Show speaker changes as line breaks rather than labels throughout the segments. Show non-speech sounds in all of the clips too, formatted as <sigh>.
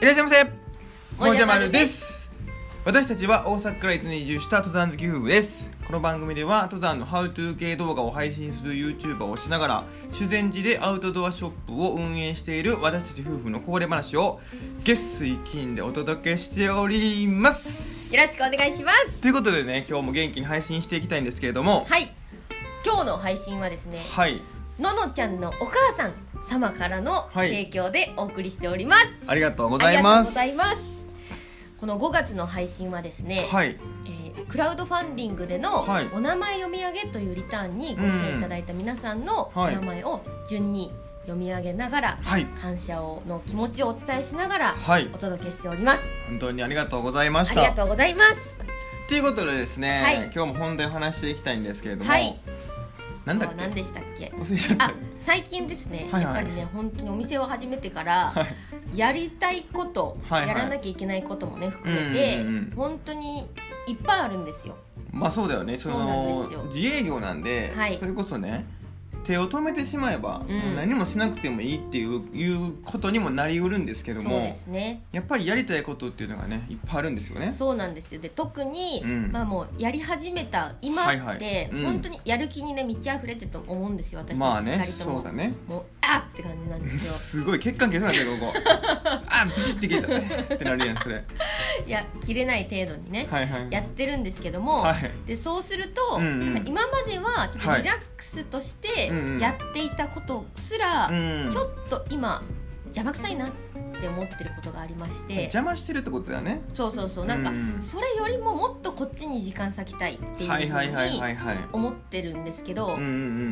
いらっしゃいませ
も
も
じ
じ
ゃ
ゃ
ま
ま
る
る
で
です私たちは大阪から伊東に移住した登山好き夫婦ですこの番組では登山のハウトゥー系動画を配信する YouTuber をしながら修善寺でアウトドアショップを運営している私たち夫婦のこぼれ話を月水金でお届けしております
よろしくお願いします
ということでね今日も元気に配信していきたいんですけれども
はい今日の配信はですね
はい
ののちゃんのお母さん様からの
はい
提供でお送りしております、
ありがとうご
あ
ざ
り
い
がと
ま
う
す
ございますこの5月の配信はですね、
はい
えークラウドファンディングでの
はい
お名前読み上げというリターンにご支援いただいた皆さんの
うん
お
はい
名前を順に読み上げながら、
はい
感謝をの気持ちをお伝えしながら
はい
お届けしております、
本当にありがとうございまし
あ
た
りがとうございます
ということでですね、
はい
今日も本題を話していきたいんですけれども、
はい
なんだっ
もう
け
何でしたっけ
忘れちゃった
あ最近ですね、
はいはい
やっぱりね本当にお店を始めてから、やりたいこと、
はいはい
やらなきゃいけないこともね含めて、
うんうんうん
本当にいっぱいあるんですよ
まあそうだよねその
そうなんです
自営業なんで、
はい
それこそね手を止めてしまえば、
うん
もう何もしなくてもいいっていういうことにもなりうるんですけ
そ
ど
う
も
ですね
やっぱりやりたいことっていうのがねいっぱいあるんですよね
そうなんですよで特に、
うん
まあ、もうやり始めた今
はいは
っ
い
て、
うん
本当にやる気にね満ち溢れてると思うんですよ私
まあ
たち
ね
二人とも、
そうだね
もうあっって感じなんですよ
すごい血管切れそうなんだけどここ
<laughs>
あブチって切れたってなるやんそれ <laughs>
いや切れない程度にね、
はいはい
やってるんですけども、
はい
でそうすると、
うんうん
なんか今まではちょっとリラックスとして
うんうん
やっていたことすら、
うん
ちょっと今邪魔くさいなって思ってることがありまして
邪魔してるってことだよね
そうそうそうなんか、
うん
それよりももっとこっちに時間割きたいっていうふ
は
う
い
に
はいはいはいはい
思ってるんですけど、
うん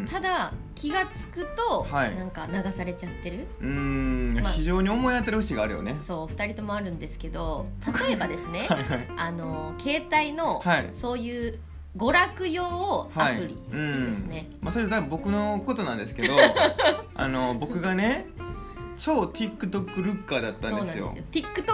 うん
ただ気がつくと、
はい
なんか流されちゃってる
うんうーん
まあ
非常に思い当たる節があるよね
そう2人ともあるんですけど例えばですね、
<laughs> はいはい
あの携帯の、
はい
そういう娯楽用をアプリですね、
まあ、それ多分僕のことなんですけ
<laughs>
どあの僕がね超 TikTok ルッカーだった
そうんなん
で
です
すよな
よ
ん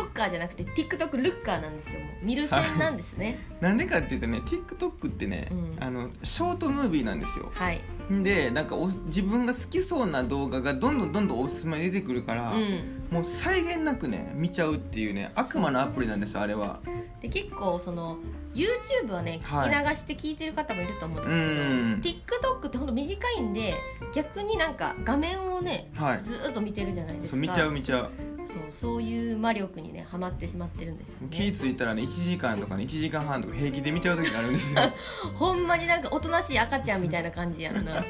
TikToker じゃなくて TikTok ルッカーなんですよもう見る線なんです
<laughs>
ね
でかっていうとね TikTok ってね、
うん
あのショートムービーなんですよ
はい、
でなんかお自分が好きそうな動画がどんどんどんどんおすすめに出てくるから、
うん、
もう際限なくね見ちゃうっていうね悪魔のアプリなんですよあれは
で結構その YouTube はね
はい
聞き流して聞いてる方もいると思うん
う
ですけ
ん
ど、TikTok ってほんと短いんで逆になんか画面をね
はい
ずーっと見てるじゃないです
そ
か
う見ちゃう見ちゃう
そうそういう魔力にねハマってしまってるんですよ
気ぃ
ね
付いたらね1時間とかね1時間半とか平気で見ちゃう時があるんですよ
ほんまになんかおとなしい赤ちゃんみたいな感じや
<laughs>
んな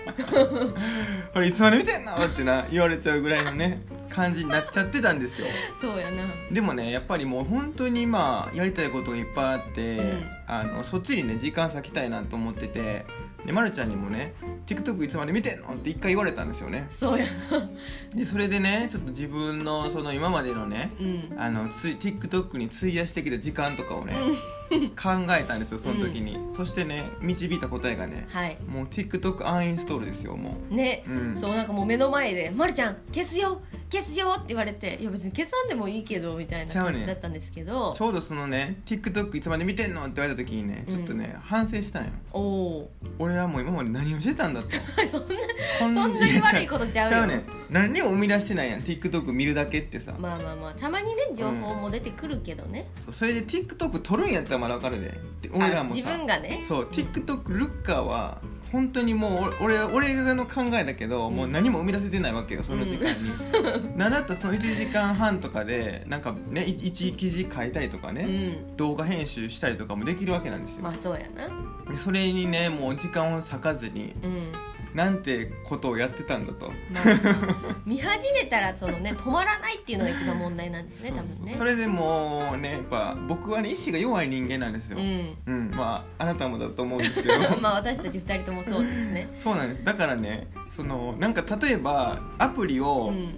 これいつまで見てんのってな言われちゃうぐらいのね感じになっちゃってたんですよ
そうやな
でもねやっぱりもう本当に今やりたいことがいっぱいあって、
うん
あのそっちにね時間割きたいなと思っててで、ま、るちゃんにもね「TikTok いつまで見てんの?」って一回言われたんですよね
そうやな
でそれでねちょっと自分のその今までのね
うん
あのつい TikTok に費やしてきた時間とかをね、考えたんですよその時に、そしてね導いた答えがね
はい
もう TikTok アンインストールですよも
ね、
うん
そうなんかもう目の前で「まるちゃん消すよ消すよ!」って言われて「いや別に消さんでもいいけど」みたいな
ちゃうね
感じだったんですけど、
うちょうどそのね TikTok いつまで見てんのって言われた時にねちょっとね、反省したんよ
おお
俺はもう今まで何をしてたんだと
ー <laughs> そんな
そ
<laughs> そんなに悪いことち
ち
ゃうよ
ゃうねん何を生み出してないやん TikTok 見るだけってさ、
まあまあまあたまにね情報も出てくるけどね、
そうそれで TikTok 撮るんやったらまだ分かるでで
あ
俺らも
自
さ
分がね
そう TikTok ルッカーは本当にもう俺俺俺の考えだけど、もう何も生み出せてないわけよその時間に、 <laughs> なんだったらその1時間半とかでなんかね1記事書いたりとか
う
ね、
ん
動画編集したりとかもできるわけなんですよ、
まあそうやな
でそれにねもう時間を割かずに
うん
なんてことをやってたんだと、<laughs>
まあ見始めたらそのね止まらないっていうのが一番問題なんですね
そう
多
そう
分ね
それでもうねやっぱ僕はね意志が弱い人間なんですよ、
うん
うんまああなたもだと思うんですけど
<laughs> まあ私たち二人ともそうですね
そうなんですだからねそのなんか例えばアプリ
う
を
ん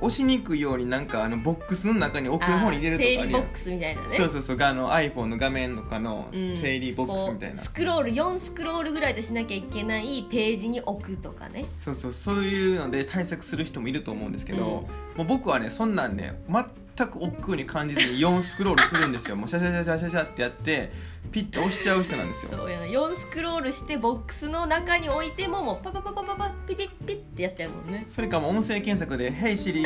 押しにくいようになんかあのボックスの中に置く方に入れると
整
かあ
理
る
ボ
やん
ックスみたいなね
そうそうそうがあの iPhone の画面とかの
うん
整理ボックスみたいな、
こうスクロール4スクロールぐらいとしなきゃいけないページに置くとかね
そうそうそういうので対策する人もいると思うんですけど、
うん
もう僕はねそんなんね全く億劫に感じずに4スクロールするんですよもうシャシャシャシャシャシャってやってピッと押しちゃう人なんですよ
そうやな4スクロールしてボックスの中に置いてももうパパパパパパピピッピッってやっちゃうもんね
それかもう音声検索で「Hey Siri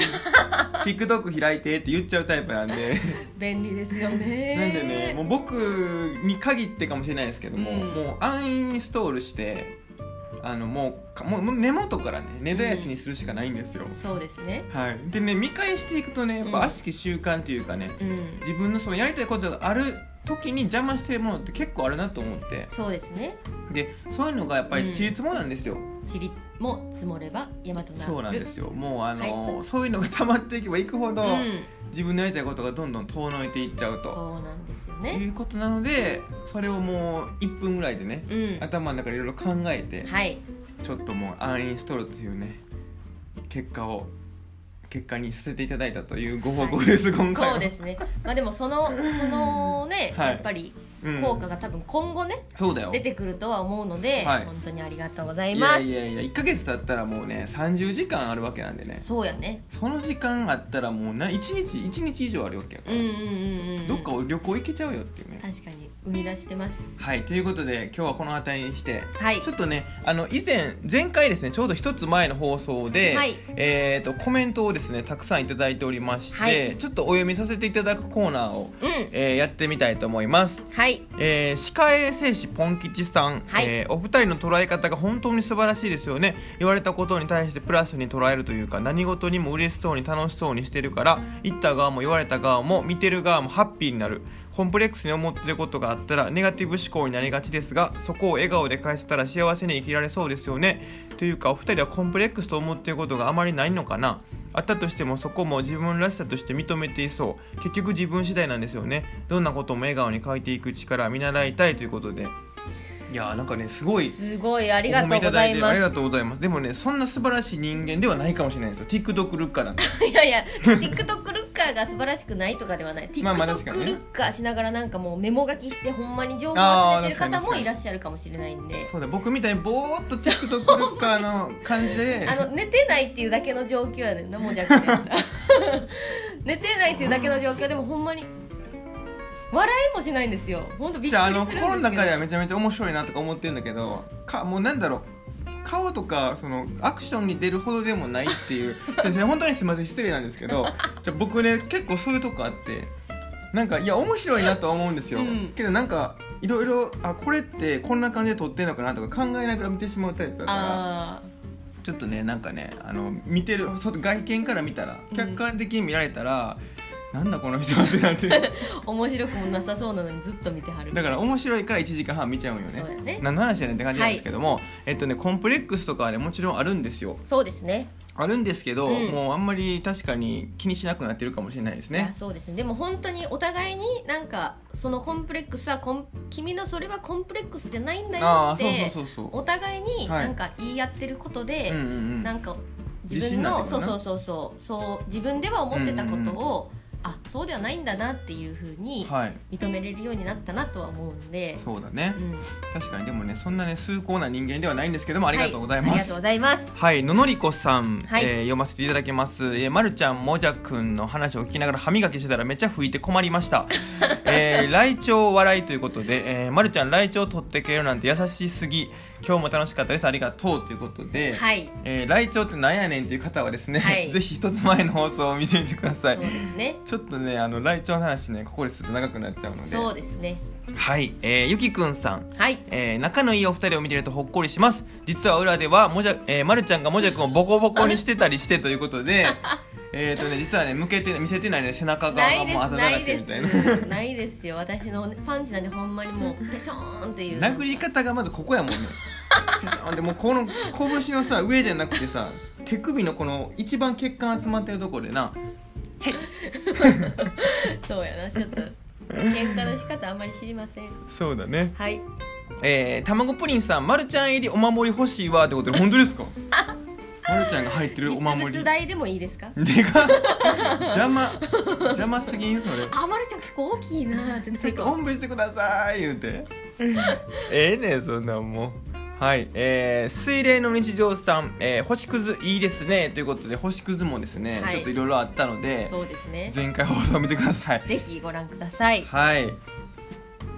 TikTok 開いて」って言っちゃうタイプなん
<laughs>
で
便利ですよね
なんでねもう僕に限ってかもしれないですけども、
うん
もうアンインストールしてあのもうかもうもう根元からね根絶やしにするしかないんですよ、
そうですね
はい、でね見返していくとねやっぱ
うん
悪しき習慣というかね、
うん
自分のそのやりたいことがある時に邪魔してるものって結構あるなと思って
そうですね
でそういうのがやっぱりちりつもなんですよ、
ちりも積もれば山となる
そうなんですよもうあの、そういうのが溜まっていけばいくほど、
うん
自分のやりたいことがどんどん遠のいていっちゃうと
そうなんですよ
い
ね
うことなのでそれをもう1分ぐらいでね、
うん
頭の中でいろいろ考えて、
はい
ちょっともうアンインストールというね結果を結果にさせていただいたというご報告です、今回は
そうですねまあでもそのそのね、
はい
やっぱり
うん
効果が多分今後ね
そうだよ
出てくるとは思うので、
はい
本当にありがとうござい
い
ま
や
す
いやいや1ヶ月経ったらもうね30時間あるわけなんでね
そうやね
その時間あったらもうな1日1日以上あるわけやか
うん
ら、
うんうんうん
どっかを旅行行けちゃうよっていうね
確かに生み出してます
はいということで今日はこの辺りにして
はい
ちょっとねあの以前前回ですねちょうど一つ前の放送で、
はい
えー、とコメントをですねたくさんいただいておりまして、
はい
ちょっとお読みさせていただくコーナーを、
うん
えーやってみたいと思います。
はい
えー、歯科衛生士ポン吉さん、
はい
えーお二人の捉え方が本当に素晴らしいですよね言われたことに対してプラスに捉えるというか何事にも嬉しそうに楽しそうにしてるから言った側も言われた側も見てる側もハッピーになるコンプレックスに思ってることがあったらネガティブ思考になりがちですがそこを笑顔で返せたら幸せに生きられそうですよねというかお二人はコンプレックスと思っていることがあまりないのかなあったとしてもそこも自分らしさとして認めていそう結局自分次第なんですよねどんなことも笑顔に変えていく力見習いたいということでいやーなんかねすごい
すごいあ
あ
りがとうござい
あ
ま
り
す
がとうございますでもねそんな素晴らしい人間ではないかもしれないですよ TikTok ルッカーなんて
いやいや TikTok ルッカーが素晴らしくないとかではない
<laughs> まあまあ確
TikTok
かにね
ルッカーしながらなんかもうメモ書きしてほんまに情報
あ
を
ー
集めてる方
確か
も
に
いらっしゃるかもしれないんで
そうだ僕みたいにぼーっと TikTok ルッカーの感じで
<laughs> あの寝てないっていうだけの状況やねんなもうじゃなく
<laughs>
て寝てないっていうだけの状況でもほんまに笑いもしないんですよほんとびっくりす
じゃああ
るん
の
ですけど
心の中ではめちゃめちゃ面白いなとか思ってるんだけどかもうなんだろう顔とかそのアクションに出るほどでもないっていう先生本当にすみません失礼なんですけどじゃあ僕ね結構そういうとこあってなんかいや面白いなとは思うんですよ、
うん
けどなんかいろいろあこれってこんな感じで撮ってんのかなとか考えながら見てしまうタイプだから
あ
ちょっとねなんかねあの見てる外外見から見たら客観的に見られたら、なんだこの人ってなってる
ー面白くもなさそうなのにずっと見てはる
だから面白いから1時間半見ちゃうんよね
そうやね
何の話やねんって感じなんですけども、えっとねコンプレックスとかはねもちろんあるんですよ
そうですね
あるんですけど、
うん
もうあんまり確かに気にしなくなってるかもしれないです
いや
ね
そうですねでも本当にお互いになんかそのコンプレックスはコン君のそれはコンプレックスじゃないんだよ
ああ
っ
そう
て
そうそう
お互いに
はい
なんか言い合ってることで、
そううんうんうん
なんか自
自信に
分
な
の
ってく
そ
るな
うそうそうそうそう自分では思ってたことを、あそうではないんだなっていうふうに
はい
認めれるようになったなとは思うんで、
そうだね
うん、
確かにでもねそんなね崇高な人間ではないんですけどもありがとうござい
はあ
ま
りが
す
とうございます
はい、ののりこさん、
はい
えー読ませていただきます、えーまるちゃんもじゃくんの話を聞きながら歯磨きしてたらめっちゃ拭いて困りま
<laughs>
した、えー、来鳥笑いということで、えー、まるちゃん来鳥取ってくれるなんて優しすぎ今日も楽しかったですありがとうということで、
はい
えー、来鳥ってなんやねんっていう方はですね、
は
<laughs>
い
ぜひ一つ前の放送を見てみてくださ
そ
いう
ですね
ちょっとねあの来鳥の話ねここですると長くなっちゃうので
そうですね
はい、えー、ゆきくんさん
はい
えー仲のいいお二人を見てるとほっこりします実は裏ではもじゃ、えーま、るちゃんがもじゃくんをボコボコにしてたりしてということ
<laughs>
でえっとね実はね向けて見せてないね背中側
な
が
いで
もうあ
す
ざだ
な
ら
い
け
で
み
す
たいな
ないですよ私のパンチなんでほんまにもうペショーンってい
<laughs>
う
殴り方がまずここやもんねペシャーンでもうこの拳のさ上じゃなくてさ手首のこの一番血管集まってるところでな
そうやなちょっと喧嘩の仕方あんまり知りません
そうだね
はい
えー、卵プリンさん、ま、るちゃん入りお守り欲しいわってことで本当
<laughs>
ですかまるちゃんが入ってるお守
実
り
物大でもいいですか
でかっ邪魔邪魔すぎんそれ
あまるちゃん結構大きいなーってな
ちょっ
る
と
か
お
も
んぶしてください言うてええねんそんなんもうはい、えー、水霊の日常さん、えー、星屑いいですねということで星屑もですね、
はい
ちょっといろいろあったので
そうですね
前回放送見てください
ぜひご覧ください
はい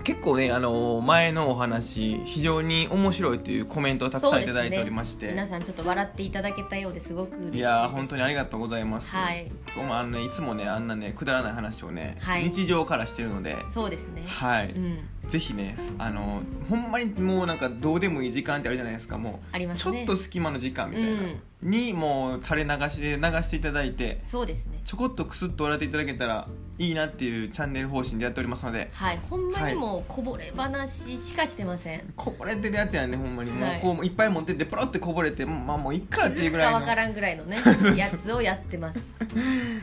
結構ねあの前のお話非常に面白いというコメントをたくさんいただいておりまし
そう
て、
ですね皆さんちょっと笑っていただけたようですごく嬉しい
いやー本当にありがとうございます、
はい
ごめんあのね、いつもねあんなねくだらない話をね、
はい
日常からしてるので
そうですね
はい、
うん
ぜひねあのほんまにもうなんかどうでもいい時間ってあるじゃないですかもう
ありま
ち
す
ょ
ね
っと隙間の時間みたいな、
うん
にもう垂れ流しで流していただいて
そうですね
ちょこっとクスッと笑っていただけたらいいなっていうチャンネル方針でやっておりますので
はいほんまにもうこぼれ話しかしてません、
こぼれてるやつやねほんまに、
はい
もうこういっぱい持ってってポロってこぼれてもうまあもういっかっていうぐらい
か
の
わからんぐらい
<laughs>
のねやつをやってます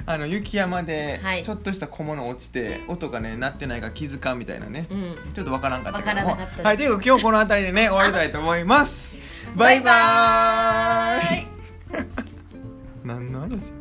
あの雪山で
はい
ちょっとした小物落ちて音がね鳴ってないから気づかんみたいなね
うん
ちょっとわからんかったけども
わからなかったです
はいということで今日この辺りでね終わりたいと思い
<laughs>
ますバイバーイ
はい
何の話